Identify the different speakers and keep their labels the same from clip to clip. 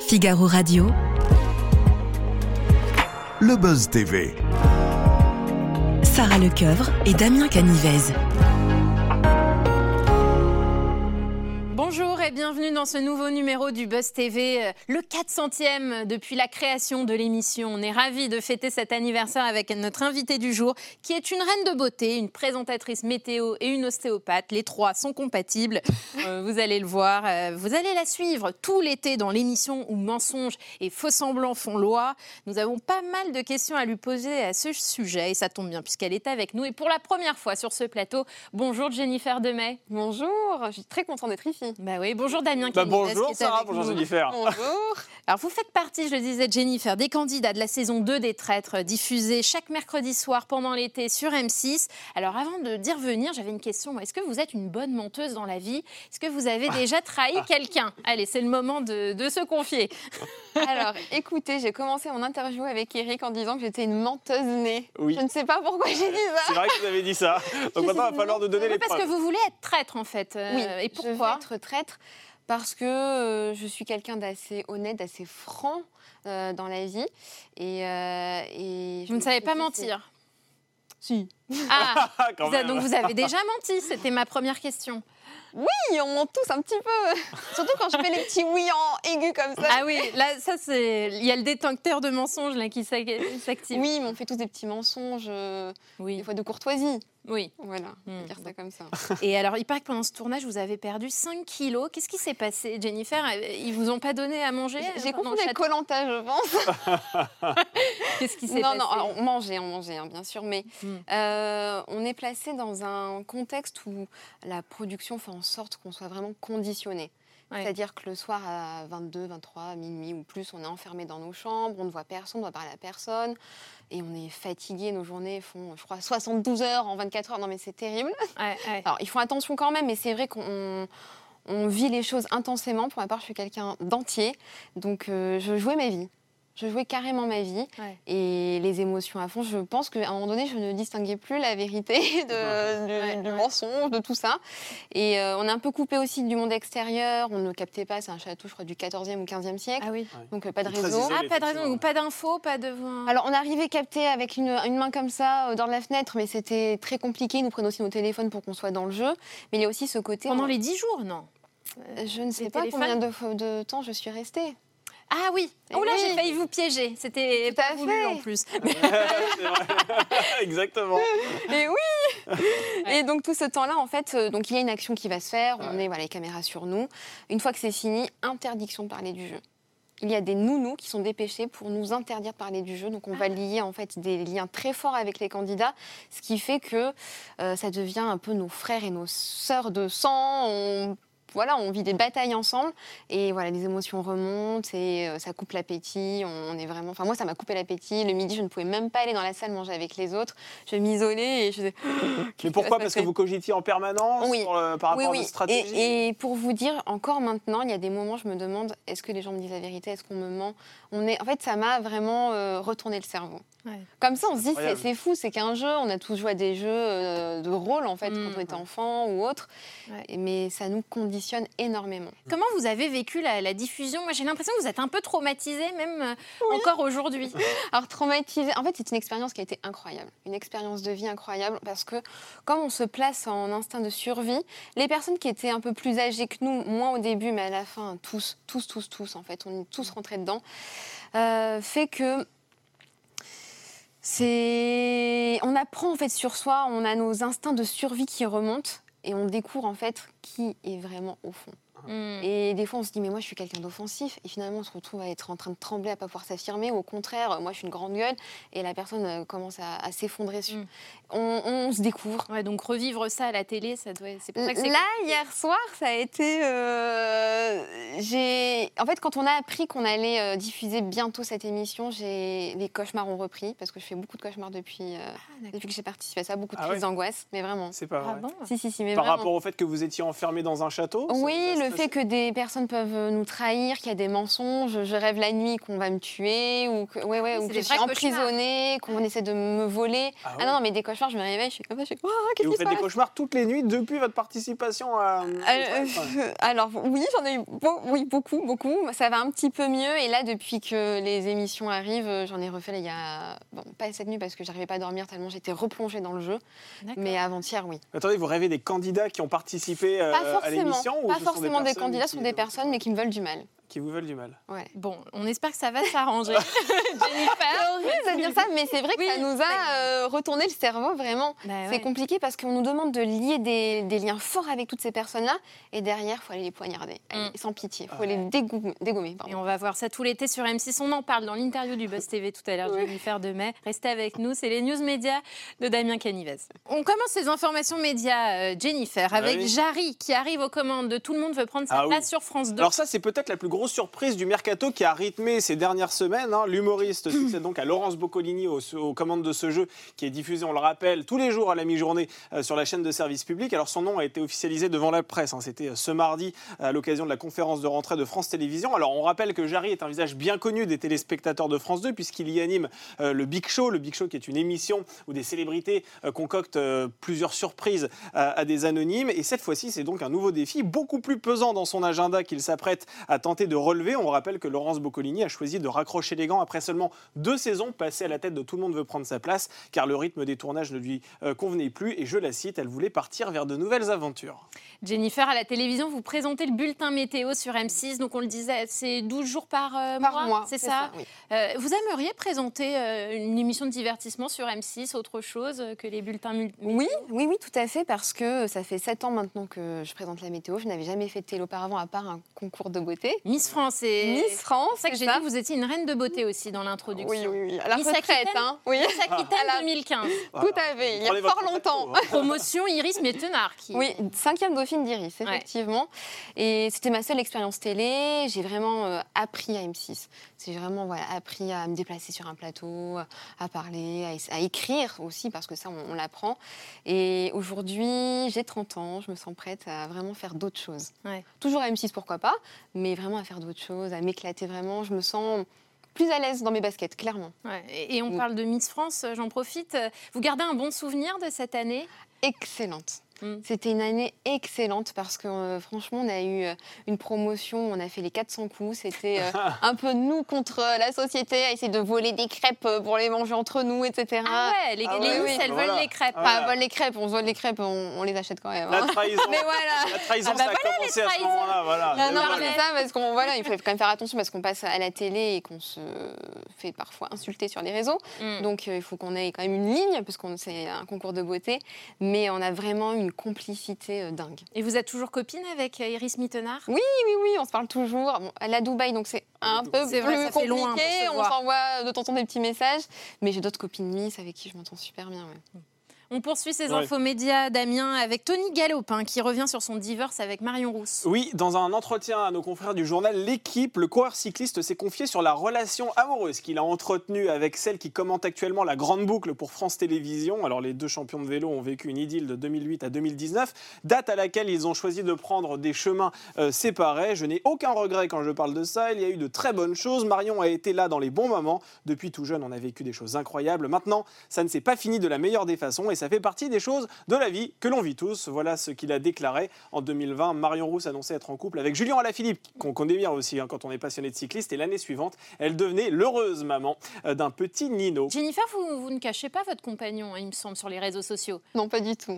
Speaker 1: Figaro Radio.
Speaker 2: Le Buzz TV.
Speaker 1: Sarah Lecoeuvre et Damien Canivez.
Speaker 3: Bonjour et bienvenue dans ce nouveau numéro du Buzz TV, euh, le 400e depuis la création de l'émission. On est ravis de fêter cet anniversaire avec notre invitée du jour, qui est une reine de beauté, une présentatrice météo et une ostéopathe. Les trois sont compatibles. Euh, vous allez le voir, euh, vous allez la suivre tout l'été dans l'émission où mensonges et faux semblants font loi. Nous avons pas mal de questions à lui poser à ce sujet et ça tombe bien puisqu'elle est avec nous et pour la première fois sur ce plateau. Bonjour Jennifer Demey.
Speaker 4: Bonjour, je suis très contente d'être ici.
Speaker 3: Bah oui, bonjour Damien.
Speaker 5: Bah,
Speaker 3: Canivez, qui
Speaker 5: bonjour
Speaker 3: est
Speaker 5: Sarah,
Speaker 3: avec
Speaker 5: bonjour
Speaker 3: nous.
Speaker 5: Jennifer.
Speaker 4: Bonjour.
Speaker 3: Alors, vous faites partie, je le disais, Jennifer, des candidats de la saison 2 des Traîtres, euh, diffusée chaque mercredi soir pendant l'été sur M6. Alors, avant de d'y revenir, j'avais une question. Est-ce que vous êtes une bonne menteuse dans la vie Est-ce que vous
Speaker 5: Ah.
Speaker 3: avez déjà trahi quelqu'un Allez, c'est le moment de, de se confier.
Speaker 4: Alors, écoutez, j'ai commencé mon interview avec Eric en disant que j'étais une menteuse née.
Speaker 5: Oui.
Speaker 4: Je ne sais pas pourquoi j'ai dit
Speaker 5: C'est
Speaker 4: ça.
Speaker 5: vrai que vous avez dit ça. Donc maintenant, il va falloir nous donner
Speaker 3: Oui,
Speaker 5: les
Speaker 3: parce que
Speaker 5: preuves.
Speaker 3: vous voulez être traître, en fait. Euh, et pourquoi
Speaker 4: Je veux être traître parce que euh, je suis quelqu'un d'assez honnête, d'assez franc euh, dans la vie. Et, euh, et je
Speaker 3: Vous ne
Speaker 4: me
Speaker 3: savez
Speaker 4: suis
Speaker 3: pas
Speaker 4: dit,
Speaker 3: mentir.
Speaker 4: c'est- Si.
Speaker 3: Ah,
Speaker 5: Ah, quand
Speaker 3: vous a-
Speaker 5: même.
Speaker 3: donc vous avez déjà menti, c'était ma première question.
Speaker 4: Oui, on ment tous un petit peu. Surtout quand je fais les petits oui en aigu comme ça.
Speaker 3: Ah oui, là, ça, c'est. Il y a le détecteur de mensonges là, qui s'ac- qui s'active.
Speaker 4: oui, mais on fait tous des petits mensonges, euh, des
Speaker 3: oui.
Speaker 4: fois de courtoisie.
Speaker 3: oui.
Speaker 4: Voilà, on va
Speaker 3: Hmm.
Speaker 4: dire ça comme ça.
Speaker 3: Et alors, il paraît que pendant ce tournage, vous avez perdu 5 kilos. Qu'est-ce qui s'est passé, Jennifer Ils vous ont pas donné à manger
Speaker 4: J'ai-
Speaker 3: euh,
Speaker 4: J'ai
Speaker 3: pendant
Speaker 4: confondu
Speaker 3: le
Speaker 4: avec
Speaker 3: château
Speaker 4: Koh Lanta, je pense.
Speaker 3: Qu'est-ce qui s'est
Speaker 4: Non,
Speaker 3: passé
Speaker 4: non, alors, on mangeait, on mangeait, hein, bien sûr, mais
Speaker 3: Mm.
Speaker 4: euh, on est placé dans un contexte où la production fait en sorte qu'on soit vraiment conditionné.
Speaker 3: Ouais.
Speaker 4: C'est-à-dire que le soir à 22, 23, minuit ou plus, on est enfermé dans nos chambres, on ne voit personne, on ne doit parler à personne, et on est fatigué, nos journées font, je crois, 72 heures en 24 heures, non mais c'est terrible.
Speaker 3: Ouais, ouais.
Speaker 4: Alors, ils font attention quand même, mais c'est vrai qu'on on vit les choses intensément. Pour ma part, je suis quelqu'un d'entier, donc euh, je jouais ma vie. Je jouais carrément ma vie
Speaker 3: Ouais.
Speaker 4: et les émotions à fond. Je pense qu'à un moment donné, je ne distinguais plus la vérité de, du,
Speaker 3: Ouais,
Speaker 4: du
Speaker 3: ouais.
Speaker 4: mensonge, de tout ça. Et euh, on est un peu coupé aussi du monde extérieur. On ne captait pas, c'est un château, je crois, du 14e ou 15e siècle.
Speaker 3: Ah oui.
Speaker 4: Donc euh, pas de
Speaker 5: Très
Speaker 4: réseau.
Speaker 5: isolé.
Speaker 3: Ah, pas de raison,
Speaker 5: effectivement.
Speaker 3: ou pas d'infos, pas de.
Speaker 4: Alors on arrivait capté avec une, une main comme ça euh, dans la fenêtre, mais c'était très compliqué. Ils nous prenaient aussi nos téléphones pour qu'on soit dans le jeu. Mais il y a aussi ce côté.
Speaker 3: pendant
Speaker 4: on-
Speaker 3: les 10 jours, non
Speaker 4: Je ne sais
Speaker 3: les
Speaker 4: pas
Speaker 3: téléphones.
Speaker 4: combien de, fois- de temps je suis restée.
Speaker 3: Ah oui. Oh là,
Speaker 4: Oui.
Speaker 3: j'ai failli vous piéger. C'était
Speaker 4: Tout
Speaker 3: pas
Speaker 4: à
Speaker 3: voulu
Speaker 4: fait.
Speaker 3: en plus.
Speaker 5: C'est vrai. Exactement.
Speaker 4: Et oui
Speaker 3: Ouais.
Speaker 4: Et donc tout ce temps-là, en fait, euh, donc il y a une action qui va se faire. On
Speaker 5: Ouais.
Speaker 4: est voilà, les caméras sur nous. Une fois que c'est fini, interdiction de parler du jeu. Il y a des nounous qui sont dépêchés pour nous interdire de parler du jeu. Donc on va lier en fait des liens très forts avec les candidats, ce qui fait que euh, ça devient un peu nos frères et nos sœurs de sang. On- voilà, on vit des batailles ensemble et voilà, les émotions remontent et euh, ça coupe l'appétit. On est vraiment, enfin moi ça m'a coupé l'appétit. Le midi, je ne pouvais même pas aller dans la salle manger avec les autres. Je m'isolais et je faisais. se
Speaker 5: Mais pourquoi Parce que
Speaker 4: passer
Speaker 5: vous cogitiez en permanence
Speaker 4: Oui.
Speaker 5: sur le- par rapport
Speaker 4: Oui,
Speaker 5: à
Speaker 4: oui.
Speaker 5: votre stratégie
Speaker 4: Et, et pour vous dire, encore maintenant, il y a des moments, je me demande, est-ce que les gens me disent la vérité Est-ce qu'on me ment on est... En fait, ça m'a vraiment euh, retourné le cerveau.
Speaker 3: Ouais.
Speaker 4: Comme ça, on se dit, c'est-
Speaker 5: Incroyable.
Speaker 4: c'est fou, c'est qu'un jeu, on a tous joué à des jeux euh, de rôle, en fait,
Speaker 3: Mm.
Speaker 4: quand on était enfant ou autre.
Speaker 3: Ouais.
Speaker 4: Et- Mais ça nous conditionne énormément.
Speaker 3: Comment vous avez vécu la, la diffusion Moi, j'ai l'impression que vous êtes un peu traumatisée, même euh, encore aujourd'hui.
Speaker 4: Alors, traumatisé, en fait, c'est une expérience qui a été incroyable. Une expérience de vie incroyable parce que, comme on se place en instinct de survie, les personnes qui étaient un peu plus âgées que nous, moins au début, mais à la fin, tous, tous, tous, tous, en fait, on est tous rentrés dedans, euh, fait que. C'est. On apprend en fait sur soi, on a nos instincts de survie qui remontent et on découvre en fait qui est vraiment au fond.
Speaker 3: Hmm.
Speaker 4: Et des fois, on se dit, mais moi, je suis quelqu'un d'offensif. Et finalement, on se retrouve à être en train de trembler, à pas pouvoir s'affirmer. Ou au contraire, moi, je suis une grande gueule. Et la personne euh, commence à, à s'effondrer sur.
Speaker 3: Mm.
Speaker 4: On, on se découvre.
Speaker 3: Ouais, donc revivre ça à la télé, ça doit. C'est pour ça que c'est.
Speaker 4: Là, hier soir, ça a été. euh, j'ai. En fait, quand on a appris qu'on allait euh, diffuser bientôt cette émission, j'ai les cauchemars ont repris parce que je fais beaucoup de cauchemars depuis, euh, depuis que j'ai participé à ça, beaucoup de
Speaker 5: Ah
Speaker 4: crises
Speaker 5: ouais
Speaker 4: d'angoisse, mais vraiment.
Speaker 5: C'est pas
Speaker 3: Ah
Speaker 5: vrai.
Speaker 3: bon
Speaker 4: Si, si, si, mais
Speaker 5: Par
Speaker 4: vraiment.
Speaker 5: rapport au fait que vous étiez enfermé dans un château ça
Speaker 4: Oui,
Speaker 5: vous a
Speaker 4: le fait
Speaker 5: stressé
Speaker 4: que des personnes peuvent nous trahir, qu'il y a des mensonges, je rêve la nuit qu'on va me tuer, ou que, ouais, ouais,
Speaker 3: Ah oui, c'est
Speaker 4: ou que
Speaker 3: des
Speaker 4: je suis
Speaker 3: vrais cauchemars.
Speaker 4: emprisonnée, qu'on essaie de me voler.
Speaker 5: Ah
Speaker 4: Ah,
Speaker 5: ouais.
Speaker 4: non, non, mais des cauchemars, je me réveille, je suis comme ça, je suis comme, Ah,
Speaker 5: Et
Speaker 4: qu'est-ce
Speaker 5: vous
Speaker 4: qui se
Speaker 5: faites des
Speaker 4: passe
Speaker 5: cauchemars toutes les nuits depuis votre participation à.
Speaker 4: Euh, euh, alors Euh, oui, j'en ai eu beau- beaucoup, Oui, beaucoup, beaucoup. Ça va un petit peu mieux. Et là, depuis que les émissions arrivent, euh, j'en ai refait là, il y a. Bon, pas cette nuit parce que j'arrivais pas à dormir tellement j'étais replongée dans le jeu.
Speaker 3: D'accord.
Speaker 4: Mais avant-hier, oui.
Speaker 5: Attendez, vous rêvez des candidats qui ont participé euh,
Speaker 4: Pas
Speaker 5: à
Speaker 4: forcément.
Speaker 5: l'émission ou
Speaker 4: pas
Speaker 5: ce sont
Speaker 4: forcément des,
Speaker 5: personnes
Speaker 4: candidats,
Speaker 5: qui-
Speaker 4: ce sont des personnes, mais qui me veulent du mal.
Speaker 5: qui vous veulent du mal.
Speaker 4: Ouais.
Speaker 3: Bon, on espère que ça va s'arranger. Jennifer.
Speaker 4: C'est dire ça, mais c'est vrai que
Speaker 3: Oui,
Speaker 4: ça nous a euh, retourné le cerveau vraiment.
Speaker 3: Bah
Speaker 4: C'est
Speaker 3: ouais.
Speaker 4: compliqué parce qu'on nous demande de lier des, des liens forts avec toutes ces personnes-là et derrière, faut aller les poignarder,
Speaker 3: Mm.
Speaker 4: Allez, sans pitié, faut
Speaker 5: Ah.
Speaker 4: les dégou- dégommer. pardon.
Speaker 3: Et on va voir ça tout l'été sur M6. On en parle dans l'interview du Buzz TV tout à l'heure,
Speaker 4: Oui.
Speaker 3: Jennifer Demey. Restez avec nous, c'est les news médias de Damien Canivez. On commence ces informations médias, euh, Jennifer, avec
Speaker 5: Ah oui.
Speaker 3: Jarry qui arrive aux commandes de Tout le monde veut prendre sa
Speaker 5: Ah oui.
Speaker 3: place sur France 2.
Speaker 5: Alors ça, c'est peut-être la plus grosse surprise du mercato qui a rythmé ces dernières semaines. hein. L'humoriste succède donc à Laurence Boccolini aux, aux commandes de ce jeu qui est diffusé, on le rappelle, tous les jours à la mi-journée euh, sur la chaîne de service public. Alors son nom a été officialisé devant la presse. hein. C'était euh, ce mardi à l'occasion de la conférence de rentrée de France Télévisions. Alors on rappelle que Jarry est un visage bien connu des téléspectateurs de France 2 puisqu'il y anime euh, le Big Show. Le Big Show qui est une émission où des célébrités euh, concoctent euh, plusieurs surprises à, à des anonymes. Et cette fois-ci, c'est donc un nouveau défi, beaucoup plus pesant dans son agenda qu'il s'apprête à tenter de relever. On rappelle que Laurence Boccolini a choisi de raccrocher les gants après seulement deux saisons passées à la tête de Tout le monde veut prendre sa place, car le rythme des tournages ne lui euh, convenait plus. Et je la cite, elle voulait partir vers de nouvelles aventures.
Speaker 3: Jennifer, à la télévision, vous présentez le bulletin météo sur M6. Donc on le disait, c'est 12 jours par, euh,
Speaker 4: Par
Speaker 3: mois,
Speaker 4: mois,
Speaker 3: c'est ça,
Speaker 4: oui.
Speaker 3: Euh, Vous aimeriez présenter euh, une émission de divertissement sur M6, autre chose euh, que les bulletins mul-
Speaker 4: Oui, oui, oui, tout à fait, parce que euh, ça fait 7 ans maintenant que je présente la météo. Je n'avais jamais fait de télé auparavant, à part un concours de beauté.
Speaker 3: Miss France et...
Speaker 4: Miss
Speaker 3: C'est
Speaker 4: France,
Speaker 3: pour ça que j'ai dit que vous étiez une reine de beauté aussi dans
Speaker 4: Oui,
Speaker 3: l'introduction.
Speaker 4: oui, oui. À la
Speaker 3: Miss
Speaker 4: retraite,
Speaker 3: Aquitaine.
Speaker 4: hein. Oui,
Speaker 3: Miss Aquitaine 2015.
Speaker 5: Voilà.
Speaker 4: tout à fait. Il y
Speaker 5: Prenez
Speaker 4: a
Speaker 5: votre
Speaker 4: fort
Speaker 5: plateau,
Speaker 4: longtemps.
Speaker 5: hein.
Speaker 3: Promotion Iris Mettenard. Qui...
Speaker 4: Oui, cinquième dauphine d'Iris,
Speaker 3: Ouais.
Speaker 4: effectivement. Et c'était ma seule expérience télé. J'ai vraiment euh, appris à M6. J'ai vraiment voilà, appris à me déplacer sur un plateau, à parler, à, es- à écrire aussi, parce que ça, on, on l'apprend. Et aujourd'hui, j'ai 30 ans, je me sens prête à vraiment faire d'autres choses.
Speaker 3: Ouais.
Speaker 4: Toujours à M6, pourquoi pas, mais vraiment à faire d'autres choses, à m'éclater vraiment. Je me sens plus à l'aise dans mes baskets, clairement.
Speaker 3: Ouais, Et, et on
Speaker 4: Oui.
Speaker 3: parle de Miss France, euh, j'en profite. Euh, Vous gardez un bon souvenir de cette année
Speaker 4: excellente.
Speaker 3: Mm.
Speaker 4: C'était une année excellente parce que euh, franchement, on a eu euh, une promotion, on a fait les 400 coups. C'était euh, un peu nous contre euh, la société, à essayer de voler des crêpes euh, pour les manger entre nous, etc.
Speaker 3: Ah ouais, les,
Speaker 5: ah
Speaker 3: les
Speaker 4: ouais,
Speaker 3: Miss,
Speaker 4: oui.
Speaker 3: elles
Speaker 5: Voilà.
Speaker 3: veulent les crêpes.
Speaker 5: Ah
Speaker 4: Enfin,
Speaker 5: ouais.
Speaker 4: vole les crêpes, on se vole les crêpes, on, on les achète quand même.
Speaker 5: La
Speaker 4: hein.
Speaker 5: trahison,
Speaker 4: Mais voilà.
Speaker 5: la trahison
Speaker 3: Ah bah
Speaker 5: ça a commencé à ce
Speaker 3: trahisons.
Speaker 5: moment-là. Voilà.
Speaker 4: Non,
Speaker 5: Et
Speaker 4: non,
Speaker 5: Ah, voilà.
Speaker 4: c'est ça, parce qu'on voilà, il faut quand même faire attention parce qu'on passe à la télé et qu'on se fait parfois insulter sur les réseaux.
Speaker 3: Mm.
Speaker 4: Donc euh, il faut qu'on ait quand même une ligne, parce qu'on c'est un concours de beauté, mais on a vraiment une complicité euh, dingue.
Speaker 3: Et vous êtes toujours copine avec euh, Iris Mittenard
Speaker 4: Oui, oui, on se parle toujours. Bon, elle est à Dubaï, donc c'est un peu
Speaker 3: C'est
Speaker 4: plus
Speaker 3: vrai, ça fait
Speaker 4: compliqué.
Speaker 3: loin pour se
Speaker 4: on
Speaker 3: voir.
Speaker 4: s'envoie de temps en temps des petits messages. Mais j'ai d'autres copines Miss avec qui je m'entends super bien. ouais.
Speaker 3: On poursuit ces
Speaker 5: Ouais.
Speaker 3: infos médias, Damien, avec Tony Galopin qui revient sur son divorce avec Marion Rousse.
Speaker 5: Oui, dans un entretien à nos confrères du journal L'équipe, le coureur cycliste s'est confié sur la relation amoureuse qu'il a entretenue avec celle qui commente actuellement la grande boucle pour France Télévisions. Alors les deux champions de vélo ont vécu une idylle de 2008 à 2019, date à laquelle ils ont choisi de prendre des chemins euh, séparés. Je n'ai aucun regret quand je parle de ça, il y a eu de très bonnes choses. Marion a été là dans les bons moments. Depuis tout jeune, on a vécu des choses incroyables. Maintenant, ça ne s'est pas fini de la meilleure des façons et ça fait partie des choses de la vie que l'on vit tous. Voilà ce qu'il a déclaré en 2020. Marion Rousse annonçait être en couple avec Julien Alaphilippe, qu'on connaît bien aussi hein, quand on est passionné de cycliste. Et l'année suivante, elle devenait l'heureuse maman euh, d'un petit Nino.
Speaker 3: Jennifer, vous, vous ne cachez pas votre compagnon, hein, il me semble, sur les réseaux sociaux.
Speaker 4: Non, pas du tout.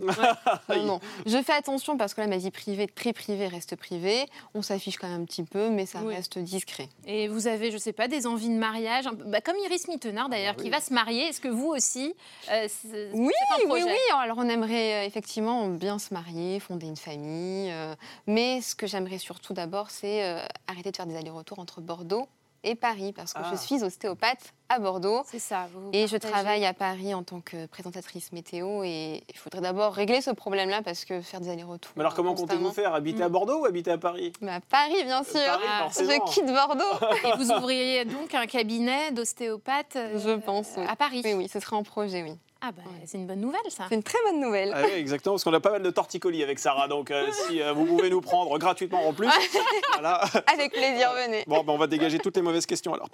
Speaker 4: non, non. Je fais attention parce que là, ma vie privée, très privée, reste privée. On s'affiche quand même un petit peu, mais ça
Speaker 3: Oui.
Speaker 4: reste discret.
Speaker 3: Et vous avez, je ne sais pas, des envies de mariage, un peu- bah, comme Iris Mittenard
Speaker 5: Ah
Speaker 3: d'ailleurs, qui va se marier. Est-ce que vous aussi euh, c'est-
Speaker 4: Oui,
Speaker 3: c'est un
Speaker 4: oui,
Speaker 3: projet
Speaker 4: oui. Alors, on aimerait euh, effectivement bien se marier, fonder une famille. euh, mais ce que j'aimerais surtout d'abord, c'est euh, arrêter de faire des allers-retours entre Bordeaux et Paris parce que
Speaker 5: Ah.
Speaker 4: je suis ostéopathe à Bordeaux.
Speaker 3: C'est ça. vous
Speaker 4: Et je
Speaker 3: partagez.
Speaker 4: travaille à Paris en tant que présentatrice météo et il faudrait d'abord régler ce problème-là parce que faire des allers-retours.
Speaker 5: Mais alors comment comptez-vous
Speaker 4: constamment-
Speaker 5: faire Habiter à Bordeaux ou habiter à Paris
Speaker 4: Mais À Paris, bien sûr.
Speaker 5: Paris,
Speaker 3: Ah,
Speaker 5: forcément. Ah.
Speaker 4: je quitte Bordeaux,
Speaker 3: Et vous ouvriez donc un cabinet d'ostéopathe euh,
Speaker 4: je pense. oui.
Speaker 3: à Paris.
Speaker 4: Oui, oui, ce sera en projet, oui.
Speaker 3: Ah bah, c'est une bonne nouvelle ça.
Speaker 4: C'est une très bonne nouvelle.
Speaker 5: Ah oui, exactement, parce qu'on a pas mal de torticolis avec Sarah, donc euh, si euh, vous pouvez nous prendre gratuitement en plus, voilà.
Speaker 4: Avec plaisir, venez.
Speaker 5: Bon, ben, on va dégager toutes les mauvaises questions alors.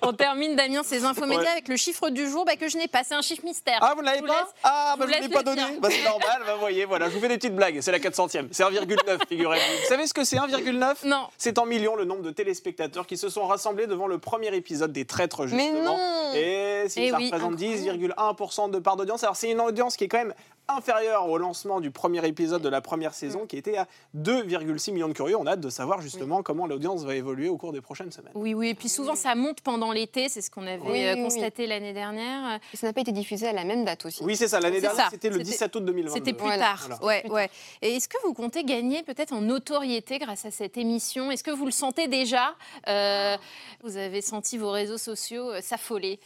Speaker 3: On termine Damien ces infomédias
Speaker 5: Ouais.
Speaker 3: avec le chiffre du jour bah, que je n'ai pas, c'est un chiffre mystère.
Speaker 5: Ah, vous ne l'avez
Speaker 3: vous
Speaker 5: pas
Speaker 3: laisse- je
Speaker 5: Ah, bah, je
Speaker 3: vous
Speaker 5: ne l'ai
Speaker 3: laisse
Speaker 5: pas
Speaker 3: le
Speaker 5: donné.
Speaker 3: dire.
Speaker 5: Bah, c'est normal, bah, vous voyez, voilà, je vous fais des petites blagues. C'est la 400e, c'est 1,9, figurez-vous. Vous savez ce que c'est 1,9
Speaker 3: Non.
Speaker 5: C'est en millions le nombre de téléspectateurs qui se sont rassemblés devant le premier épisode des Traîtres,
Speaker 4: Mais
Speaker 5: justement.
Speaker 4: non
Speaker 5: Et si
Speaker 3: Eh
Speaker 5: ça
Speaker 3: oui,
Speaker 5: représente
Speaker 3: incroyable.
Speaker 5: 10,1% de part d'audience, alors c'est une audience qui est quand même inférieure au lancement du premier épisode de la première saison qui était à 2,6 millions de curieux. On a hâte de savoir justement comment l'audience va évoluer au cours des prochaines semaines.
Speaker 3: Oui, oui, et puis souvent ça monte pendant l'été, c'est ce qu'on avait
Speaker 4: Oui,
Speaker 3: euh,
Speaker 4: oui, oui.
Speaker 3: constaté l'année dernière.
Speaker 4: Et Ça n'a pas été diffusé à la même date aussi.
Speaker 5: Oui, c'est ça. L'année
Speaker 3: C'est
Speaker 5: dernière,
Speaker 3: ça.
Speaker 5: c'était le
Speaker 3: C'était-
Speaker 5: 17 août 2022.
Speaker 3: C'était plus
Speaker 4: Voilà.
Speaker 3: tard.
Speaker 5: Voilà.
Speaker 3: Ouais, ouais. Et est-ce que vous comptez gagner peut-être en notoriété grâce à cette émission Est-ce que vous le sentez déjà Euh, Vous avez senti vos réseaux sociaux euh, s'affoler.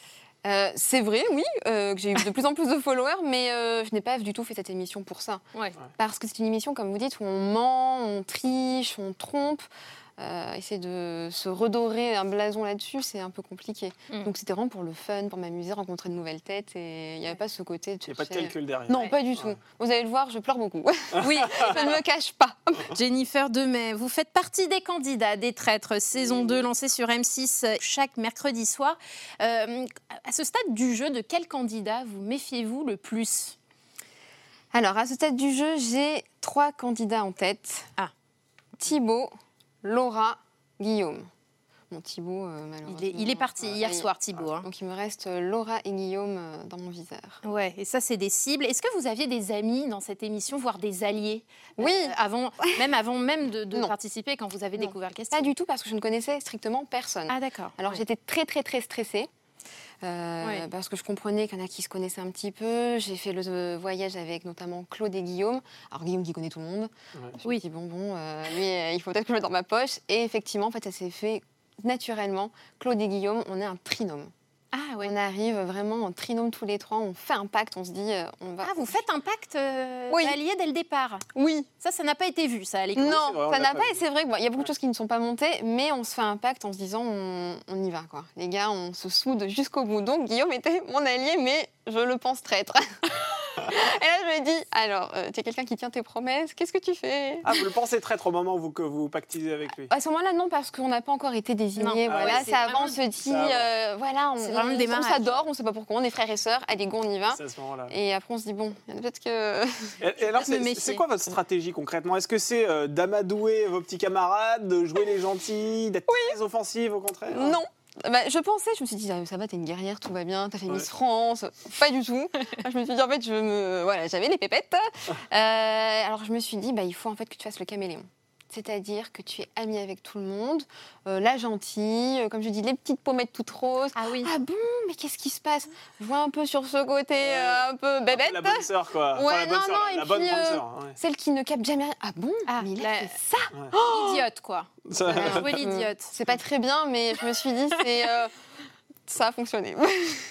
Speaker 4: Euh, c'est vrai, oui, euh, que j'ai eu de plus en plus de followers, mais euh, je n'ai pas du tout fait cette émission pour ça.
Speaker 3: Ouais.
Speaker 4: Parce que c'est une émission, comme vous dites, où on ment, on triche, on trompe. Euh, essayer de se redorer un blason là-dessus, c'est un peu compliqué.
Speaker 3: Mm.
Speaker 4: Donc c'était vraiment pour le fun, pour m'amuser, rencontrer de nouvelles têtes, et il n'y avait pas ce côté.
Speaker 5: Il n'y a pas de
Speaker 4: chercher-
Speaker 5: calcul derrière.
Speaker 4: Non,
Speaker 3: Ouais.
Speaker 4: pas du tout.
Speaker 5: Ouais.
Speaker 4: Vous allez le voir, je pleure beaucoup.
Speaker 3: Oui,
Speaker 4: je ne me cache pas.
Speaker 3: Jennifer Demey, vous faites partie des candidats des Traîtres, saison 2 lancée sur M6 euh, chaque mercredi soir. Euh, à ce stade du jeu, de quel candidat vous méfiez-vous le plus
Speaker 4: Alors, à ce stade du jeu, j'ai trois candidats en tête.
Speaker 3: Ah.
Speaker 4: Thibaut, Laura, Guillaume. Bon, Thibaut, euh, malheureusement...
Speaker 3: il est, il est parti
Speaker 4: euh,
Speaker 3: hier
Speaker 4: il-
Speaker 3: soir, Thibault. hein.
Speaker 4: Donc, il me reste euh, Laura et Guillaume euh, dans mon viseur.
Speaker 3: Ouais, et ça, c'est des cibles. Est-ce que vous aviez des amis dans cette émission, voire des alliés Euh,
Speaker 4: Oui.
Speaker 3: avant, même avant même de, de
Speaker 4: Non.
Speaker 3: participer, quand vous avez
Speaker 4: Non.
Speaker 3: découvert le casting
Speaker 4: Pas du tout, parce que je ne connaissais strictement personne.
Speaker 3: Ah, d'accord.
Speaker 4: Alors,
Speaker 3: Ouais.
Speaker 4: j'étais très, très, très stressée. euh,
Speaker 3: Ouais.
Speaker 4: Parce que je comprenais qu'il y en a qui se connaissaient un petit peu. J'ai fait le euh, voyage avec notamment Claude et Guillaume. Alors Guillaume qui connaît tout le monde.
Speaker 5: Ouais.
Speaker 4: Je
Speaker 3: Oui.
Speaker 4: me suis dit, bon, bon, euh, lui, euh, il faut peut-être que je le mette dans ma poche. Et effectivement, en fait, ça s'est fait naturellement. Claude et Guillaume, on est un trinôme.
Speaker 3: Ah, ouais.
Speaker 4: On arrive vraiment en trinôme tous les trois. On fait un pacte, on se dit, euh, on va...
Speaker 3: Ah, vous faites un pacte euh,
Speaker 4: Oui.
Speaker 3: d'alliés dès le départ.
Speaker 4: Oui,
Speaker 3: Ça, ça n'a pas été vu, ça, à l'écran.
Speaker 5: c'est
Speaker 4: non,
Speaker 5: vrai, on
Speaker 4: ça
Speaker 5: l'a
Speaker 4: n'a
Speaker 5: pas
Speaker 4: pas,
Speaker 5: vu.
Speaker 4: et c'est vrai qu'il y a beaucoup de choses qui ne sont pas montées, mais on se fait un pacte en se disant on, on y va, quoi. Les gars, on se soude jusqu'au bout. Donc Guillaume était mon allié, mais je le pense traître. et là, je lui ai dit alors, euh, tu es quelqu'un qui tient tes promesses, qu'est-ce que tu fais
Speaker 5: Ah, vous le pensez traître au moment où vous, que vous pactisez avec lui
Speaker 4: à ce moment-là, non, parce qu'on n'a pas encore été désignés.
Speaker 3: Non.
Speaker 5: Ah
Speaker 4: voilà,
Speaker 3: ouais, c'est
Speaker 4: ça avant, on
Speaker 3: vraiment-
Speaker 4: se dit,
Speaker 5: Ça, ouais.
Speaker 4: euh, voilà,
Speaker 3: C'est
Speaker 4: on,
Speaker 3: vraiment le
Speaker 4: on- on
Speaker 3: démarrage.
Speaker 4: s'adore, on ne sait pas pourquoi, on est frères et sœurs, allez, go, on y va.
Speaker 5: C'est à ce moment-là.
Speaker 4: hein. Et après, on se dit, bon, il y en a peut-être que.
Speaker 5: Et, et alors,
Speaker 3: me
Speaker 5: c'est
Speaker 3: méfier.
Speaker 5: c'est quoi votre stratégie concrètement Est-ce que c'est euh, d'amadouer vos petits camarades, de jouer les gentils, d'être très offensive au contraire
Speaker 4: Non. Bah, je pensais, je me suis dit, ah, ça va, t'es une guerrière, tout va bien, t'as fait
Speaker 5: Ouais.
Speaker 4: Miss France, pas du tout. je me suis dit, en fait, je me... voilà, j'avais les pépettes. Euh, alors je me suis dit, bah, il faut en fait que tu fasses le caméléon. C'est-à-dire que tu es amie avec tout le monde, euh, la gentille, euh, comme je dis, les petites pommettes toutes roses.
Speaker 3: Ah oui.
Speaker 4: Ah bon, mais qu'est-ce qui se passe Je vois un peu sur ce côté euh, un peu bébête.
Speaker 5: La bonne sœur, quoi.
Speaker 4: Ouais,
Speaker 5: la bonne
Speaker 4: non,
Speaker 5: sœur,
Speaker 4: non,
Speaker 5: la,
Speaker 4: et
Speaker 5: la bonne
Speaker 4: puis,
Speaker 5: grande
Speaker 4: euh,
Speaker 5: sœur, hein, ouais.
Speaker 4: Celle qui ne capte jamais rien. Ah bon
Speaker 3: Ah,
Speaker 4: Mais il
Speaker 3: la-
Speaker 4: a fait ça Ah.
Speaker 3: Idiote, quoi.
Speaker 5: Ça-
Speaker 4: Voilà.
Speaker 3: Jouer l'idiote.
Speaker 4: C'est pas très bien, mais je me suis dit, c'est... euh, ça a fonctionné.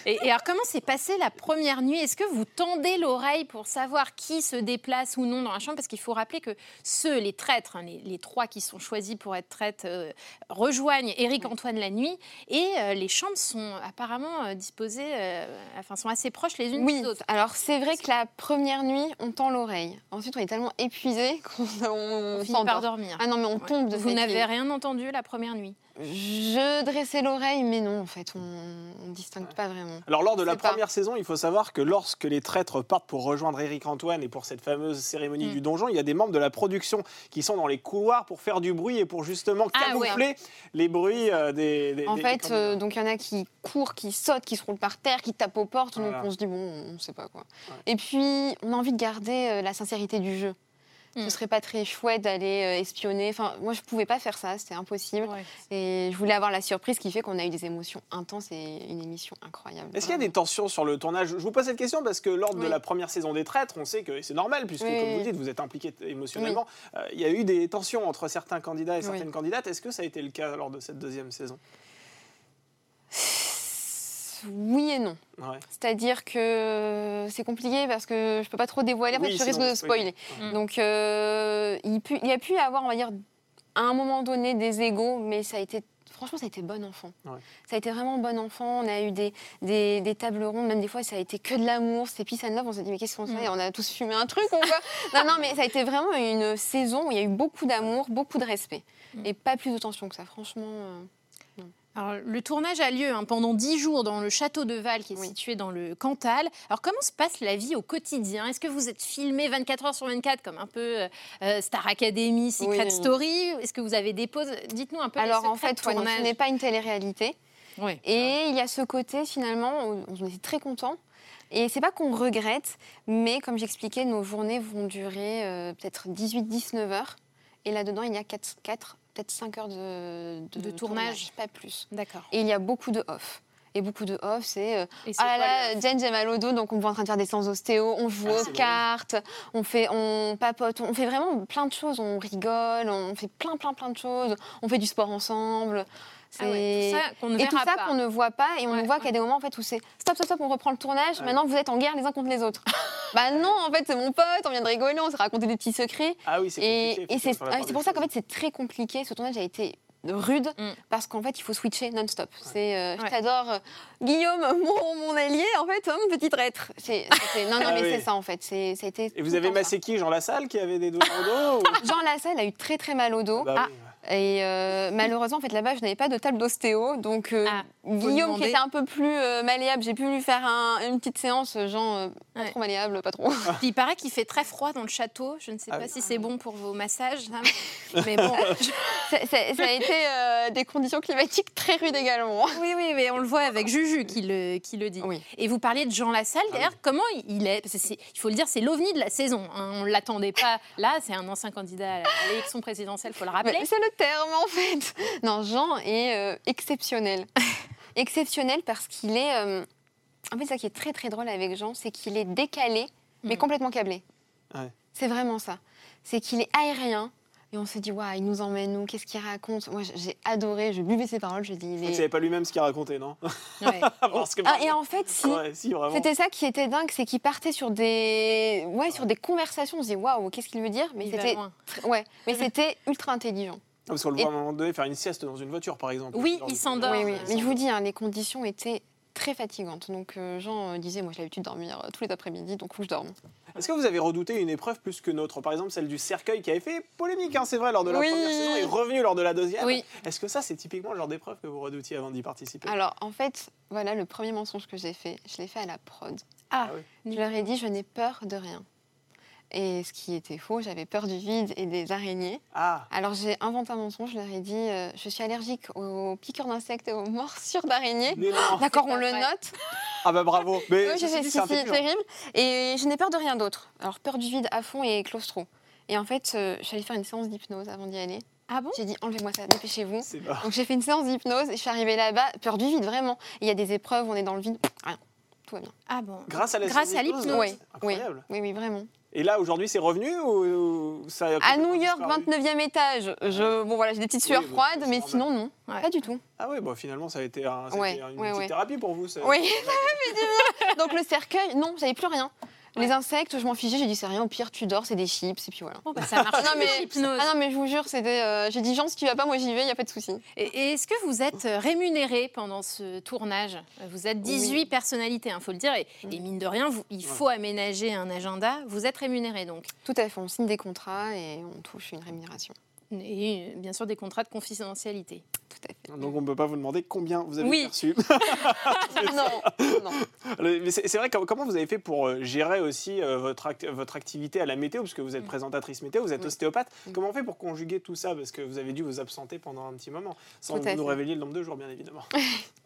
Speaker 3: Et, et alors, comment s'est passée la première nuit Est-ce que vous tendez l'oreille pour savoir qui se déplace ou non dans la chambre Parce qu'il faut rappeler que ceux, les traîtres, hein, les, les trois qui sont choisis pour être traîtres, euh, rejoignent Éric-Antoine la nuit. Et euh, les chambres sont apparemment euh, disposées, euh, enfin, sont assez proches les unes
Speaker 4: Oui,
Speaker 3: des autres.
Speaker 4: alors c'est vrai que la première nuit, on tend l'oreille. Ensuite, on est tellement épuisé qu'on
Speaker 3: On
Speaker 4: on
Speaker 3: finit par
Speaker 4: s'endort.
Speaker 3: dormir.
Speaker 4: Ah non, mais on
Speaker 3: Ouais.
Speaker 4: tombe de
Speaker 3: Vous n'avez
Speaker 4: fatigue.
Speaker 3: rien entendu la première nuit.
Speaker 4: Je dressais l'oreille, mais non, en fait, on ne distingue pas vraiment.
Speaker 5: Alors lors de la
Speaker 4: C'est pas-
Speaker 5: première saison, il faut savoir que lorsque les traîtres partent pour rejoindre Éric Antoine et pour cette fameuse cérémonie
Speaker 3: Mm.
Speaker 5: du donjon, il y a des membres de la production qui sont dans les couloirs pour faire du bruit et pour justement
Speaker 3: Ah ouais.
Speaker 5: camoufler les bruits euh, des, des-
Speaker 4: En
Speaker 5: des-
Speaker 4: fait,
Speaker 5: des
Speaker 4: euh, donc il y en a qui courent, qui sautent, qui se roulent par terre, qui tapent aux portes.
Speaker 5: Voilà.
Speaker 4: Donc on se dit, bon, on ne sait pas quoi.
Speaker 5: Ouais.
Speaker 4: Et puis, on a envie de garder euh, la sincérité du jeu.
Speaker 3: Mm.
Speaker 4: Ce serait pas très chouette d'aller euh, espionner. Enfin, moi, je pouvais pas faire ça, c'était impossible. Et je voulais avoir la surprise qui fait qu'on a eu des émotions intenses et une émission incroyable.
Speaker 5: Est-ce qu'il y a des tensions sur le tournage Je vous pose cette question parce que lors de
Speaker 4: Oui.
Speaker 5: la première saison des Traîtres, on sait que et c'est normal puisque,
Speaker 4: Oui.
Speaker 5: comme vous dites, vous êtes impliqué émotionnellement. Euh, il y a eu des tensions entre certains candidats et
Speaker 4: Oui.
Speaker 5: certaines candidates. Est-ce que ça a été le cas lors de cette deuxième saison
Speaker 4: Oui et non.
Speaker 5: Ouais.
Speaker 4: C'est-à-dire que c'est compliqué parce que je peux pas trop dévoiler, en fait,
Speaker 5: Oui,
Speaker 4: je
Speaker 5: sinon
Speaker 3: Mm.
Speaker 4: risque de
Speaker 5: vous spoilez.
Speaker 4: spoiler. Donc euh, il, pu- il y a pu y avoir, on va dire, à un moment donné des égaux, mais ça a été franchement, ça a été bon enfant.
Speaker 5: Ouais.
Speaker 4: Ça a été vraiment bon enfant. On a eu des, des, des tables rondes, même des fois, ça a été que de l'amour. C'était Peace and Love. On s'est dit, mais qu'est-ce qu'on fait
Speaker 3: Mm.
Speaker 4: On a tous fumé un truc ou quoi Non, non, mais ça a été vraiment une saison où il y a eu beaucoup d'amour, beaucoup de respect.
Speaker 3: Mm.
Speaker 4: Et pas plus de tension que ça, franchement. euh,
Speaker 3: Alors, le tournage a lieu hein, pendant 10 jours dans le château de Val, qui est
Speaker 4: Oui.
Speaker 3: situé dans le Cantal. Alors, comment se passe la vie au quotidien Est-ce que vous êtes filmé 24 heures sur 24, comme un peu euh, Star Academy, Secret
Speaker 4: Oui.
Speaker 3: Story Est-ce que vous avez des pauses Dites-nous un peu. les
Speaker 4: Alors, en
Speaker 3: secrets de
Speaker 4: fait, ouais, non, ce
Speaker 3: tournage.
Speaker 4: n'est pas une télé-réalité.
Speaker 3: Ouais.
Speaker 4: Et il y a ce côté finalement où on est très content. Et c'est pas qu'on regrette, mais comme j'expliquais, nos journées vont durer euh, peut-être 18-19 heures. Et là-dedans, il y a 4, peut-être 5 heures de,
Speaker 3: De tournage.
Speaker 4: pas plus.
Speaker 3: D'accord.
Speaker 4: Et il y a beaucoup de off. Et beaucoup de off, c'est euh,
Speaker 3: Et c'est
Speaker 4: ah là
Speaker 3: quoi, le-
Speaker 4: là, Jen, j'ai mal au dos, donc on va en train de faire des séances ostéo, on joue
Speaker 5: Ah,
Speaker 4: aux
Speaker 5: c'est drôle.
Speaker 4: cartes, on fait, on papote, on fait vraiment plein de choses, on rigole, on fait plein plein plein de choses, on fait du sport ensemble.
Speaker 3: Ah ouais,
Speaker 4: C'est-
Speaker 3: tout ça qu'on ne
Speaker 4: et tout
Speaker 3: verra
Speaker 4: ça
Speaker 3: pas. hein.
Speaker 4: qu'on ne voit pas, et on
Speaker 3: Ouais,
Speaker 4: ne voit
Speaker 3: ouais.
Speaker 4: qu'à des moments en fait où c'est stop, stop, stop, on reprend le tournage,
Speaker 5: Ouais.
Speaker 4: maintenant vous êtes en guerre les uns contre les autres. bah non, en fait, c'est mon pote, on vient de rigoler, on s'est raconté des petits secrets.
Speaker 5: Ah oui, c'est
Speaker 4: Et,
Speaker 5: compliqué.
Speaker 4: et c'est
Speaker 5: faut faire la
Speaker 4: ah,
Speaker 5: part
Speaker 4: c'est
Speaker 5: des
Speaker 4: pour ça
Speaker 5: choses.
Speaker 4: qu'en fait, c'est très compliqué. Ce tournage a été rude
Speaker 3: Mm.
Speaker 4: parce qu'en fait, il faut switcher non-stop. C'est euh,
Speaker 3: Ouais.
Speaker 4: je t'adore, euh, Guillaume, mon, mon allié, en fait, hein, petit traître. C'est- c'était- non, non,
Speaker 5: Ah
Speaker 4: mais
Speaker 5: oui.
Speaker 4: c'est ça en fait. C'est- ça a été
Speaker 5: Et
Speaker 4: tout
Speaker 5: vous
Speaker 4: le
Speaker 5: avez
Speaker 4: temps ça.
Speaker 5: massé qui Jean Lassalle qui avait des douleurs au dos ou-
Speaker 4: Jean Lassalle a eu très très mal au dos.
Speaker 5: Bah oui.
Speaker 4: Et euh, malheureusement, en fait, là-bas, je n'avais pas de table d'ostéo. Donc, euh,
Speaker 3: Ah, lui
Speaker 4: Guillaume,
Speaker 3: demander.
Speaker 4: qui était un peu plus euh, malléable, j'ai pu lui faire un- une petite séance, euh, genre, euh, pas
Speaker 3: Ouais.
Speaker 4: trop malléable, pas trop.
Speaker 3: Puis il paraît qu'il fait très froid dans le château. Je ne sais
Speaker 5: Ah
Speaker 3: pas
Speaker 5: oui.
Speaker 3: si c'est bon pour vos massages. hein, mais bon, je-
Speaker 4: ça, ça- ça a été euh, des conditions climatiques très rudes également.
Speaker 3: oui, oui, mais on le voit avec Juju qui le, qui le dit.
Speaker 4: Oui. Ah
Speaker 3: Et vous parliez de Jean Lassalle, d'ailleurs, comment il est Parce que c'est- il faut le dire, c'est l'ovni de la saison. hein. On ne l'attendait pas. Là, c'est un ancien candidat à l'élection présidentielle, il faut le
Speaker 4: Mais
Speaker 3: rappeler.
Speaker 4: C'est le terme, en fait. Non, Jean est euh, exceptionnel. exceptionnel parce qu'il est. euh, En fait, ça qui est très très drôle avec Jean, c'est qu'il est décalé, mais
Speaker 3: Mm.
Speaker 4: complètement câblé.
Speaker 5: Ouais.
Speaker 4: C'est vraiment ça. C'est qu'il est aérien. Et on se dit, waouh, il nous emmène, nous, qu'est-ce qu'il raconte Moi, j- j'ai adoré, je buvais ses paroles, je dis, il
Speaker 5: Donc,
Speaker 4: est.
Speaker 5: savait pas lui-même ce qu'il racontait, non
Speaker 3: Ouais.
Speaker 5: Parce que
Speaker 4: Ah, et en fait, si.
Speaker 5: Ouais, si, vraiment.
Speaker 4: C'était ça qui était dingue, c'est qu'il partait sur des, ouais, sur des conversations. On se dit, waouh, qu'est-ce qu'il veut dire Mais
Speaker 3: Il va
Speaker 4: c'était,
Speaker 3: loin.
Speaker 4: ouais, mais c'était ultra intelligent.
Speaker 5: Ah, Parce qu'on le voit
Speaker 4: Et-
Speaker 5: à un moment donné faire une sieste dans une voiture, par exemple.
Speaker 3: Oui,
Speaker 5: Genre,
Speaker 3: il
Speaker 5: le-
Speaker 3: s'endort.
Speaker 4: Oui, oui.
Speaker 5: il
Speaker 4: Mais je vous
Speaker 5: s'endort.
Speaker 4: dis, hein, les conditions étaient très fatigantes. Donc euh, Jean euh, disait, moi j'ai l'habitude de dormir euh, tous les après-midi, donc faut que je dorme.
Speaker 5: Est-ce que vous avez redouté une épreuve plus que notre Par exemple, celle du cercueil qui avait fait polémique, hein, c'est vrai, lors de la
Speaker 4: Oui.
Speaker 5: première saison et revenu lors de la deuxième.
Speaker 3: Oui.
Speaker 5: Est-ce que ça, c'est typiquement le genre d'épreuve que vous redoutiez avant d'y participer
Speaker 4: Alors en fait, voilà le premier mensonge que j'ai fait. Je l'ai fait à la prod.
Speaker 3: Ah,
Speaker 5: Ah oui.
Speaker 4: Je leur ai dit, je n'ai peur de rien. Et ce qui était faux, j'avais peur du vide et des araignées.
Speaker 5: Ah
Speaker 4: Alors j'ai inventé un mensonge, je leur ai dit, euh, je suis allergique aux piqûres d'insectes et aux morsures d'araignées.
Speaker 5: mais non.
Speaker 4: D'accord,
Speaker 3: C'est
Speaker 4: on
Speaker 3: pas
Speaker 4: le
Speaker 3: vrai.
Speaker 4: note.
Speaker 5: Ah bah bravo Mais
Speaker 4: Oui, j'ai
Speaker 5: ceci
Speaker 4: fait
Speaker 5: dit,
Speaker 4: si,
Speaker 5: c'est un
Speaker 4: si,
Speaker 5: peu dur.
Speaker 4: terrible. Et je n'ai peur de rien d'autre. Alors, peur du vide à fond et claustro. Et en fait, euh, je suis allée faire une séance d'hypnose avant d'y aller.
Speaker 3: ah bon
Speaker 4: J'ai dit, enlevez-moi ça, dépêchez-vous.
Speaker 5: C'est pas-
Speaker 4: Donc, j'ai fait une séance d'hypnose et je suis arrivée là-bas, peur du vide, vraiment. Et Il y a des épreuves, on est dans le vide, rien. Tout va bien.
Speaker 3: Ah bon.
Speaker 5: Grâce à la
Speaker 3: Grâce
Speaker 5: séance
Speaker 3: à
Speaker 5: d'hypnose,
Speaker 3: l'hypnose.
Speaker 5: c'est Incroyable.
Speaker 4: Oui, oui, vraiment.
Speaker 5: Et là, aujourd'hui, c'est revenu ou ou ça a
Speaker 4: À
Speaker 5: complètement
Speaker 4: New York,
Speaker 5: disparu
Speaker 4: 29e étage. Je, bon, voilà, j'ai des petites
Speaker 5: Oui,
Speaker 4: sueurs
Speaker 5: bon,
Speaker 4: froides,
Speaker 5: c'est
Speaker 4: mais
Speaker 5: normal.
Speaker 4: sinon, non.
Speaker 3: Ouais.
Speaker 4: Pas du tout.
Speaker 5: Ah oui, bon, finalement, ça a été un- c'était
Speaker 4: Ouais,
Speaker 5: une
Speaker 4: ouais,
Speaker 5: petite
Speaker 4: ouais.
Speaker 5: thérapie pour vous. ça.
Speaker 4: Oui, Donc, le cercueil, non, j'avais plus rien. Les
Speaker 3: Ouais.
Speaker 4: insectes, je m'en fichais, j'ai dit, c'est rien, au pire, tu dors, c'est des chips, et puis voilà.
Speaker 3: Bon, bah, ça marche.
Speaker 4: Non, mais-
Speaker 3: l'hypnose.
Speaker 4: Ah non, mais je vous jure, c'était. euh, j'ai dit, Jean, si tu vas pas, moi j'y vais, il n'y a pas de souci.
Speaker 3: Et, et est-ce que vous êtes rémunéré pendant ce tournage Vous êtes 18 personnalités, il faut le dire. Et, et mine de rien, vous- il faut aménager un agenda. Vous êtes rémunéré donc.
Speaker 4: Tout à fait, on signe des contrats et on touche une rémunération.
Speaker 3: Et euh, bien sûr, des contrats de confidentialité.
Speaker 4: Tout à fait.
Speaker 5: Donc on ne peut pas vous demander combien vous avez
Speaker 3: Oui.
Speaker 5: perçu.
Speaker 4: non, non.
Speaker 5: Le- Mais c'est c'est vrai, com- comment vous avez fait pour euh, gérer aussi euh, votre, act- votre activité à la météo, puisque vous êtes
Speaker 3: Mm.
Speaker 5: présentatrice météo, vous êtes
Speaker 4: Oui.
Speaker 5: ostéopathe.
Speaker 4: Mm.
Speaker 5: Comment on fait pour conjuguer tout ça Parce que vous avez dû vous absenter pendant un petit moment, sans
Speaker 4: Tout à
Speaker 5: vous nous
Speaker 4: fait.
Speaker 5: révéler le nombre de jours, bien évidemment.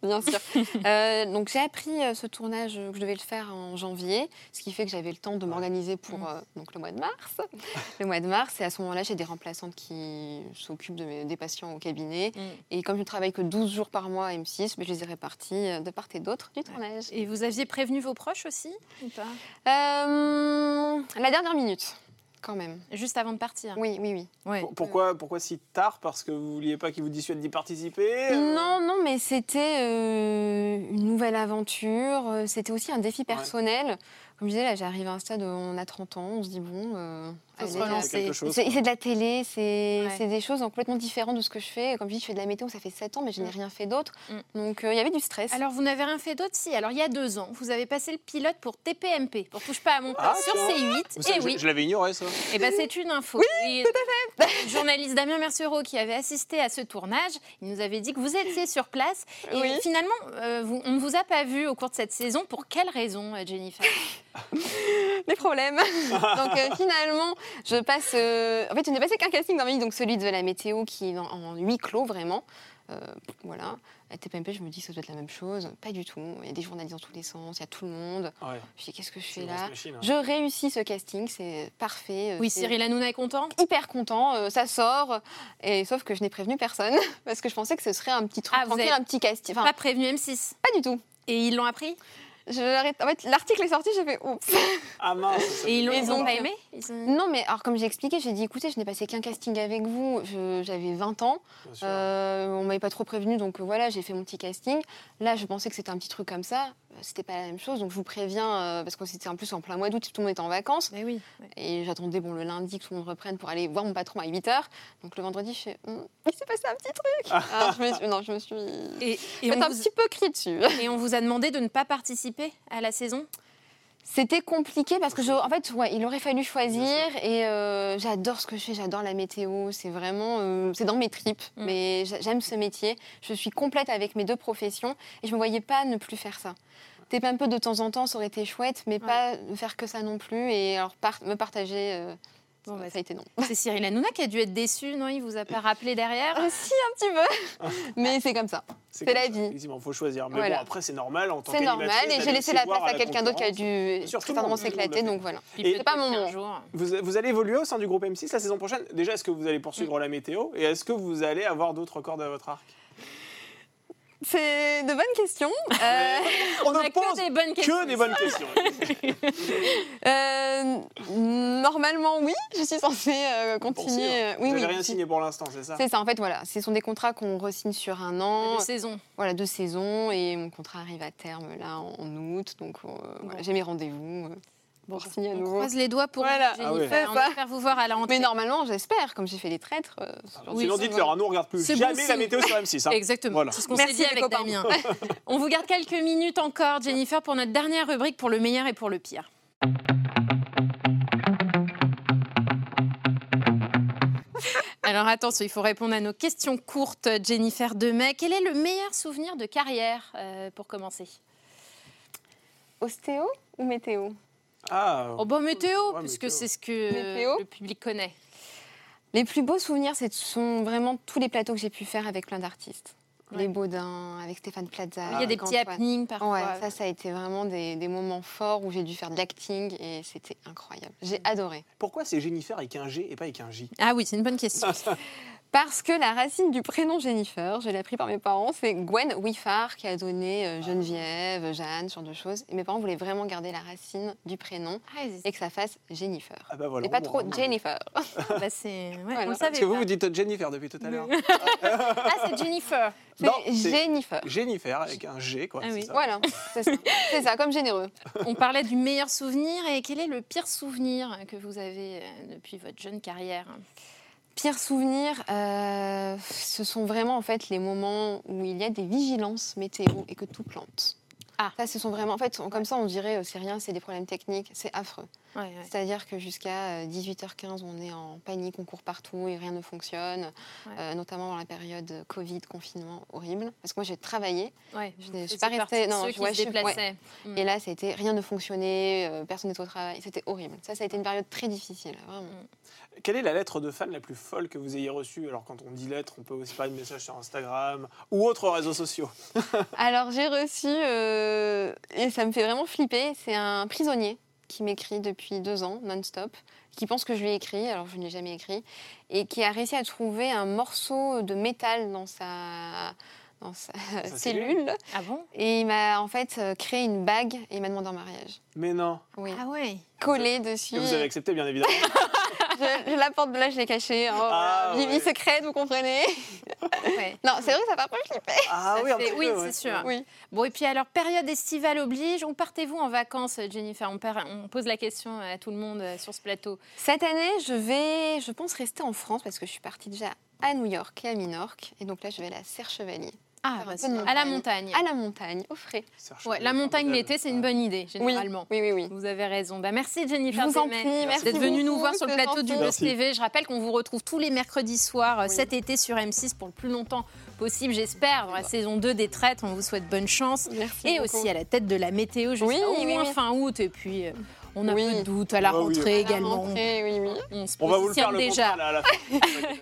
Speaker 4: Bien sûr. Euh, donc j'ai appris euh, ce tournage euh, que je devais le faire en janvier, ce qui fait que j'avais le temps de m'organiser pour euh, donc le mois de mars. Le mois de mars, et à ce moment-là, j'ai des remplaçantes qui s'occupent de mes- des patients au cabinet. Et comme je ne travaille que 12 jours par mois à M6, mais je les ai répartis euh, de part et d'autre du tournage.
Speaker 3: Et vous aviez prévenu vos proches aussi ou pas
Speaker 4: Euh, la dernière minute, quand même.
Speaker 3: Juste avant de partir.
Speaker 4: Oui, oui, oui.
Speaker 3: Ouais.
Speaker 5: Pour- Pourquoi, pourquoi si tard Parce que vous vouliez pas qu'ils vous dissuadent d'y participer euh,
Speaker 4: Non, non, mais c'était euh, une nouvelle aventure. euh, C'était aussi un défi personnel. Comme je disais, là, j'arrive à un stade où on a 30 ans, on se dit, bon, euh,
Speaker 3: Faut se
Speaker 4: Elle est-
Speaker 3: relancer.
Speaker 5: quelque chose.
Speaker 4: C'est c'est de la télé, c'est
Speaker 3: Ouais.
Speaker 4: c'est des choses donc, complètement différentes de ce que je fais. Comme je dis, je fais de la météo, ça fait 7 ans, mais je n'ai
Speaker 3: Mm.
Speaker 4: rien fait d'autre.
Speaker 3: Mm.
Speaker 4: Donc euh, il y avait du stress.
Speaker 3: Alors, vous n'avez rien fait d'autre Si, alors il y a deux ans, vous avez passé le pilote pour TPMP, pour Touche pas à mon poste,
Speaker 5: Ah,
Speaker 3: sur
Speaker 5: Vous
Speaker 3: C8.
Speaker 4: Eh
Speaker 5: savez,
Speaker 3: Et
Speaker 5: je-
Speaker 3: oui,
Speaker 5: Je l'avais ignoré, ça.
Speaker 3: Eh ben, c'est une info. Oui, tout à fait. journaliste Damien Mercereau qui avait assisté à ce tournage, il nous avait dit que vous étiez sur place. Et
Speaker 4: Oui.
Speaker 3: finalement, euh, vous- on ne vous a pas vu au cours de cette saison. Pour quelle raison, euh, Jennifer
Speaker 4: les problèmes. donc euh, finalement, je passe. euh, En fait, je n'ai passé qu'un casting dans ma vie, donc celui de la météo qui est en, en huis clos vraiment. Euh, voilà. À TPMP, je me dis ça doit être la même chose. Pas du tout. Il y a des journalistes dans tous les sens, il y a tout le monde.
Speaker 5: Ouais,
Speaker 4: Je dis qu'est-ce que je
Speaker 5: c'est
Speaker 4: fais
Speaker 5: une
Speaker 4: là
Speaker 5: grosse machine, hein.
Speaker 4: Je réussis ce casting, c'est parfait. euh,
Speaker 3: Oui,
Speaker 4: c'est-
Speaker 3: Cyril Hanouna est content
Speaker 4: hyper content, euh, ça sort, et sauf que je n'ai prévenu personne parce que je pensais que ce serait un petit truc,
Speaker 3: Ah, vous
Speaker 4: tranquille,
Speaker 3: avez-
Speaker 4: un petit casting. Enfin,
Speaker 3: Pas
Speaker 4: pas...
Speaker 3: prévenu M6.
Speaker 4: du tout.
Speaker 3: Et ils l'ont appris
Speaker 4: Je l'arrête- En fait, l'article est sorti, j'ai fait oh, oups.
Speaker 5: Ah mince.
Speaker 3: Et ils l'ont
Speaker 4: Et
Speaker 3: ils ont
Speaker 4: donc,
Speaker 3: pas aimé Ils ont-
Speaker 4: Non, mais alors comme j'ai expliqué, j'ai dit écoutez, je n'ai passé qu'un casting avec vous, Je- j'avais 20 ans,
Speaker 5: bien sûr.
Speaker 4: euh, on m'avait pas trop prévenu, donc euh, voilà, j'ai fait mon petit casting. Là, je pensais que c'était un petit truc comme ça, Euh, c'était pas la même chose, donc je vous préviens euh, parce qu'on c'était en plus en plein mois d'août, tout le monde était en vacances.
Speaker 3: Mais Ben oui.
Speaker 4: Et j'attendais bon, le lundi que tout le monde reprenne pour aller voir mon patron à 8h. Donc le vendredi, je fais Hum, Il s'est passé un petit truc Alors, je me suis, Non, je me suis.
Speaker 3: Et, Ah. et
Speaker 4: faite
Speaker 3: on
Speaker 4: un
Speaker 3: vous...
Speaker 4: petit peu crié dessus.
Speaker 3: et on vous a demandé de ne pas participer à la saison
Speaker 4: C'était compliqué parce que, je, en fait, ouais, il aurait fallu choisir. Et euh, j'adore ce que je fais, j'adore la météo. C'est vraiment. euh, c'est dans mes tripes.
Speaker 3: Mm.
Speaker 4: Mais j'a- j'aime ce métier. Je suis complète avec mes deux professions. Et je ne me voyais pas ne plus faire ça. T'es un peu de temps en temps, ça aurait été chouette, mais
Speaker 3: Ouais.
Speaker 4: pas ne faire que ça non plus. Et alors, par- me partager, euh,
Speaker 3: Bon, bah,
Speaker 4: ça a été non.
Speaker 3: C'est Cyril Hanouna qui a dû être déçu, non Il vous a pas rappelé derrière
Speaker 4: Ah, si, un petit peu. mais c'est comme ça. c'est
Speaker 5: comme
Speaker 4: la
Speaker 5: ça.
Speaker 4: vie.
Speaker 5: Effectivement, faut choisir. Mais
Speaker 4: Voilà.
Speaker 5: bon, après, c'est normal. en tant
Speaker 4: C'est normal
Speaker 5: qu'animatrice,
Speaker 4: et
Speaker 5: d'aller
Speaker 4: j'ai laissé
Speaker 5: aussi
Speaker 4: la
Speaker 5: voir
Speaker 4: place à
Speaker 5: la
Speaker 4: quelqu'un d'autre qui a
Speaker 5: concurrence.
Speaker 4: dû
Speaker 5: Sûr,
Speaker 4: très
Speaker 5: tout le
Speaker 4: certainement
Speaker 5: monde, tout le monde l'a
Speaker 4: s'éclater,
Speaker 5: fait.
Speaker 4: donc voilà.
Speaker 3: Puis
Speaker 5: Et-
Speaker 3: peut-être
Speaker 4: C'est pas
Speaker 3: qu'un
Speaker 4: mon-
Speaker 3: jour.
Speaker 5: Vous, vous allez évoluer au sein du groupe M6 la saison prochaine. Déjà, est-ce que vous allez poursuivre la météo Et est-ce que vous allez avoir d'autres cordes à votre arc
Speaker 4: C'est de bonnes questions. Euh,
Speaker 5: On,
Speaker 3: On a
Speaker 5: ne
Speaker 3: que
Speaker 5: pose
Speaker 3: des bonnes questions.
Speaker 5: que des bonnes questions.
Speaker 4: euh, normalement, oui, je suis censée euh,
Speaker 5: Poursuivre.
Speaker 4: continuer. euh,
Speaker 5: vous
Speaker 4: oui,
Speaker 5: n'avez
Speaker 4: oui.
Speaker 5: rien signé pour l'instant, c'est ça
Speaker 4: C'est ça, en fait, voilà. Ce sont des contrats qu'on resigne sur un an,
Speaker 3: De saison.
Speaker 4: voilà, deux saisons, et mon contrat arrive à terme là en, en août, donc euh, voilà, j'ai mes rendez-vous. euh,
Speaker 3: Bon,
Speaker 4: pour signer à
Speaker 3: on
Speaker 4: nouveau.
Speaker 3: croise les doigts pour
Speaker 4: Voilà.
Speaker 3: vous,
Speaker 5: Ah ouais.
Speaker 3: Jennifer.
Speaker 4: C'est ça.
Speaker 3: On espère vous voir à la rentrée.
Speaker 4: Mais normalement, j'espère, comme j'ai fait les traîtres. euh,
Speaker 5: Alors,
Speaker 4: oui,
Speaker 5: Sinon,
Speaker 4: ça,
Speaker 5: dites-leur, hein, nous on regarde plus
Speaker 3: C'est bon
Speaker 5: jamais la
Speaker 3: signe.
Speaker 5: météo sur M6. hein.
Speaker 3: Exactement.
Speaker 5: Voilà.
Speaker 3: C'est ce qu'on
Speaker 4: Merci,
Speaker 3: s'est dit
Speaker 4: les
Speaker 3: avec
Speaker 4: copains.
Speaker 3: Damien. on vous garde quelques minutes encore, Jennifer, pour notre dernière rubrique pour le meilleur et pour le pire. Alors attention, il faut répondre à nos questions courtes, Jennifer Demey. Quel est le meilleur souvenir de carrière euh, pour commencer
Speaker 4: Ostéo ou météo
Speaker 5: Ah,
Speaker 3: Oh bah météo,
Speaker 5: Ouais,
Speaker 3: puisque
Speaker 5: météo.
Speaker 3: c'est ce que
Speaker 4: Météo.
Speaker 3: le public connaît.
Speaker 4: Les plus beaux souvenirs, ce sont vraiment tous les plateaux que j'ai pu faire avec plein d'artistes.
Speaker 3: Ouais.
Speaker 4: Les Baudins, avec Stéphane Plaza.
Speaker 3: il y a des
Speaker 4: avec
Speaker 3: petits
Speaker 4: Antoine.
Speaker 3: happenings parfois.
Speaker 4: Ah, Ouais, ça, ça a été vraiment des, des moments forts où j'ai dû faire de l'acting et c'était incroyable. J'ai adoré.
Speaker 5: pourquoi c'est Jennifer avec un G et pas avec un J
Speaker 3: Ah oui, c'est une bonne question.
Speaker 4: Parce que la racine du prénom Jennifer, je l'ai appris par mes parents, c'est Gwen Wiffard qui a donné euh, Geneviève, Jeanne, ce genre de choses. Et mes parents voulaient vraiment garder la racine du prénom
Speaker 3: Ah, ils-
Speaker 4: et que ça fasse Jennifer.
Speaker 5: Ah bah voilà.
Speaker 4: Et pas
Speaker 5: bon,
Speaker 4: trop
Speaker 5: hein.
Speaker 4: Jennifer.
Speaker 3: bah, c'est- ouais,
Speaker 4: Voilà.
Speaker 3: On le
Speaker 5: Parce
Speaker 3: savait.
Speaker 5: que vous,
Speaker 3: pas.
Speaker 5: vous dites Jennifer depuis tout à l'heure.
Speaker 3: Ah, c'est Jennifer.
Speaker 5: Non,
Speaker 4: C'est
Speaker 5: c'est-
Speaker 4: Jennifer.
Speaker 5: Jennifer avec un G, quoi.
Speaker 3: Ah
Speaker 5: c'est
Speaker 3: oui.
Speaker 5: ça.
Speaker 4: Voilà, c'est ça. C'est ça, comme généreux.
Speaker 3: On parlait du meilleur souvenir et quel est le pire souvenir que vous avez euh, depuis votre jeune carrière
Speaker 4: Pires souvenirs, euh, ce sont vraiment en fait les moments où il y a des vigilances météo et que tout plante.
Speaker 3: Ah.
Speaker 4: Ça, ce sont vraiment. En fait, on- comme ça, on dirait euh, c'est rien, c'est des problèmes techniques, c'est affreux.
Speaker 3: Ouais, ouais.
Speaker 4: C'est-à-dire que jusqu'à euh, 18h15, on est en panique, on court partout et rien ne fonctionne,
Speaker 3: Ouais.
Speaker 4: Euh, notamment dans la période euh, Covid, confinement, horrible. Parce que moi, j'ai travaillé
Speaker 3: Ouais,
Speaker 4: Je
Speaker 3: vous faisiez
Speaker 4: n'ai- je suis pas
Speaker 3: partie
Speaker 4: restée-
Speaker 3: de
Speaker 4: non,
Speaker 3: ceux
Speaker 4: je-
Speaker 3: qui
Speaker 4: ouais,
Speaker 3: se
Speaker 4: je suis- ouais.
Speaker 3: déplaçaient. Mm.
Speaker 4: et là, ça a été rien ne fonctionnait, euh, personne n'était au travail, c'était horrible. Ça, ça a été une période très difficile, vraiment.
Speaker 5: Quelle est la lettre de fan la plus folle que vous ayez reçue Alors, quand on dit lettre, on peut aussi parler de messages sur Instagram ou autres réseaux sociaux.
Speaker 4: Alors j'ai reçu, euh, et ça me fait vraiment flipper, c'est un prisonnier qui m'écrit depuis deux ans, non-stop, qui pense que je lui ai écrit, alors je ne l'ai jamais écrit, et qui a réussi à trouver un morceau de métal dans sa, dans sa
Speaker 5: Sa cellule.
Speaker 4: cellule.
Speaker 3: Ah bon
Speaker 4: Et il m'a en fait euh, créé une bague et il m'a demandé en mariage.
Speaker 5: Mais non.
Speaker 4: Oui.
Speaker 3: Ah ouais.
Speaker 4: Collé dessus.
Speaker 3: Mm.
Speaker 5: Et vous avez accepté, bien évidemment.
Speaker 4: J'ai je, je la porte là, je l'ai cachée. Oh,
Speaker 5: Ah,
Speaker 4: voilà. Vie-
Speaker 5: ouais.
Speaker 4: vie secrète, vous comprenez
Speaker 3: Ouais.
Speaker 4: Non, c'est vrai que ça part pas flipper.
Speaker 5: Ah
Speaker 3: Ça
Speaker 5: oui, un
Speaker 3: fait-
Speaker 5: petit peu,
Speaker 3: oui,
Speaker 5: ouais.
Speaker 3: c'est sûr.
Speaker 4: Oui.
Speaker 3: Bon, et puis alors, période estivale oblige, où partez-vous en vacances, Jennifer on, part- on pose la question à tout le monde euh, sur ce plateau.
Speaker 4: Cette année, je vais, je pense, rester en France parce que je suis partie déjà à New York et à Minorque. Et donc là, je vais à la Serre Chevalier,
Speaker 3: Ah,
Speaker 4: Faire un
Speaker 3: bah,
Speaker 4: peu
Speaker 3: c'est-
Speaker 4: de
Speaker 3: à la
Speaker 4: montagne.
Speaker 3: montagne.
Speaker 4: à la montagne, au frais.
Speaker 5: Serge
Speaker 3: Ouais,
Speaker 5: Chevalier,
Speaker 3: la montagne
Speaker 5: formidable.
Speaker 3: l'été, c'est une bonne idée, généralement.
Speaker 4: Oui, oui, oui.
Speaker 3: Vous avez raison. Bah, merci
Speaker 4: Je
Speaker 3: Jennifer
Speaker 4: vous en
Speaker 3: Demet
Speaker 4: prie, merci
Speaker 3: d'être venue nous
Speaker 4: beaucoup,
Speaker 3: voir sur le
Speaker 4: c'est
Speaker 3: plateau du
Speaker 4: gentil.
Speaker 3: Buzz
Speaker 5: Merci.
Speaker 3: TV. Je rappelle qu'on vous retrouve tous les mercredis soirs euh,
Speaker 4: Oui.
Speaker 3: cet été sur M6 pour le plus longtemps possible, j'espère, dans la saison 2 des traites. On vous souhaite bonne chance.
Speaker 4: Merci
Speaker 3: Et
Speaker 4: beaucoup.
Speaker 3: aussi à la tête de la météo jusqu'à
Speaker 4: Oui,
Speaker 3: au
Speaker 4: oui,
Speaker 3: moins
Speaker 4: oui.
Speaker 3: fin août. Et puis, euh, on a
Speaker 4: Oui.
Speaker 3: peu de doute à la
Speaker 5: Ah oui,
Speaker 3: rentrée
Speaker 5: oui.
Speaker 4: À la
Speaker 3: également.
Speaker 4: rentrée, oui, oui.
Speaker 3: On se
Speaker 5: On va vous le
Speaker 3: positionne
Speaker 5: faire le
Speaker 3: déjà.
Speaker 5: contrat, là, à la fin.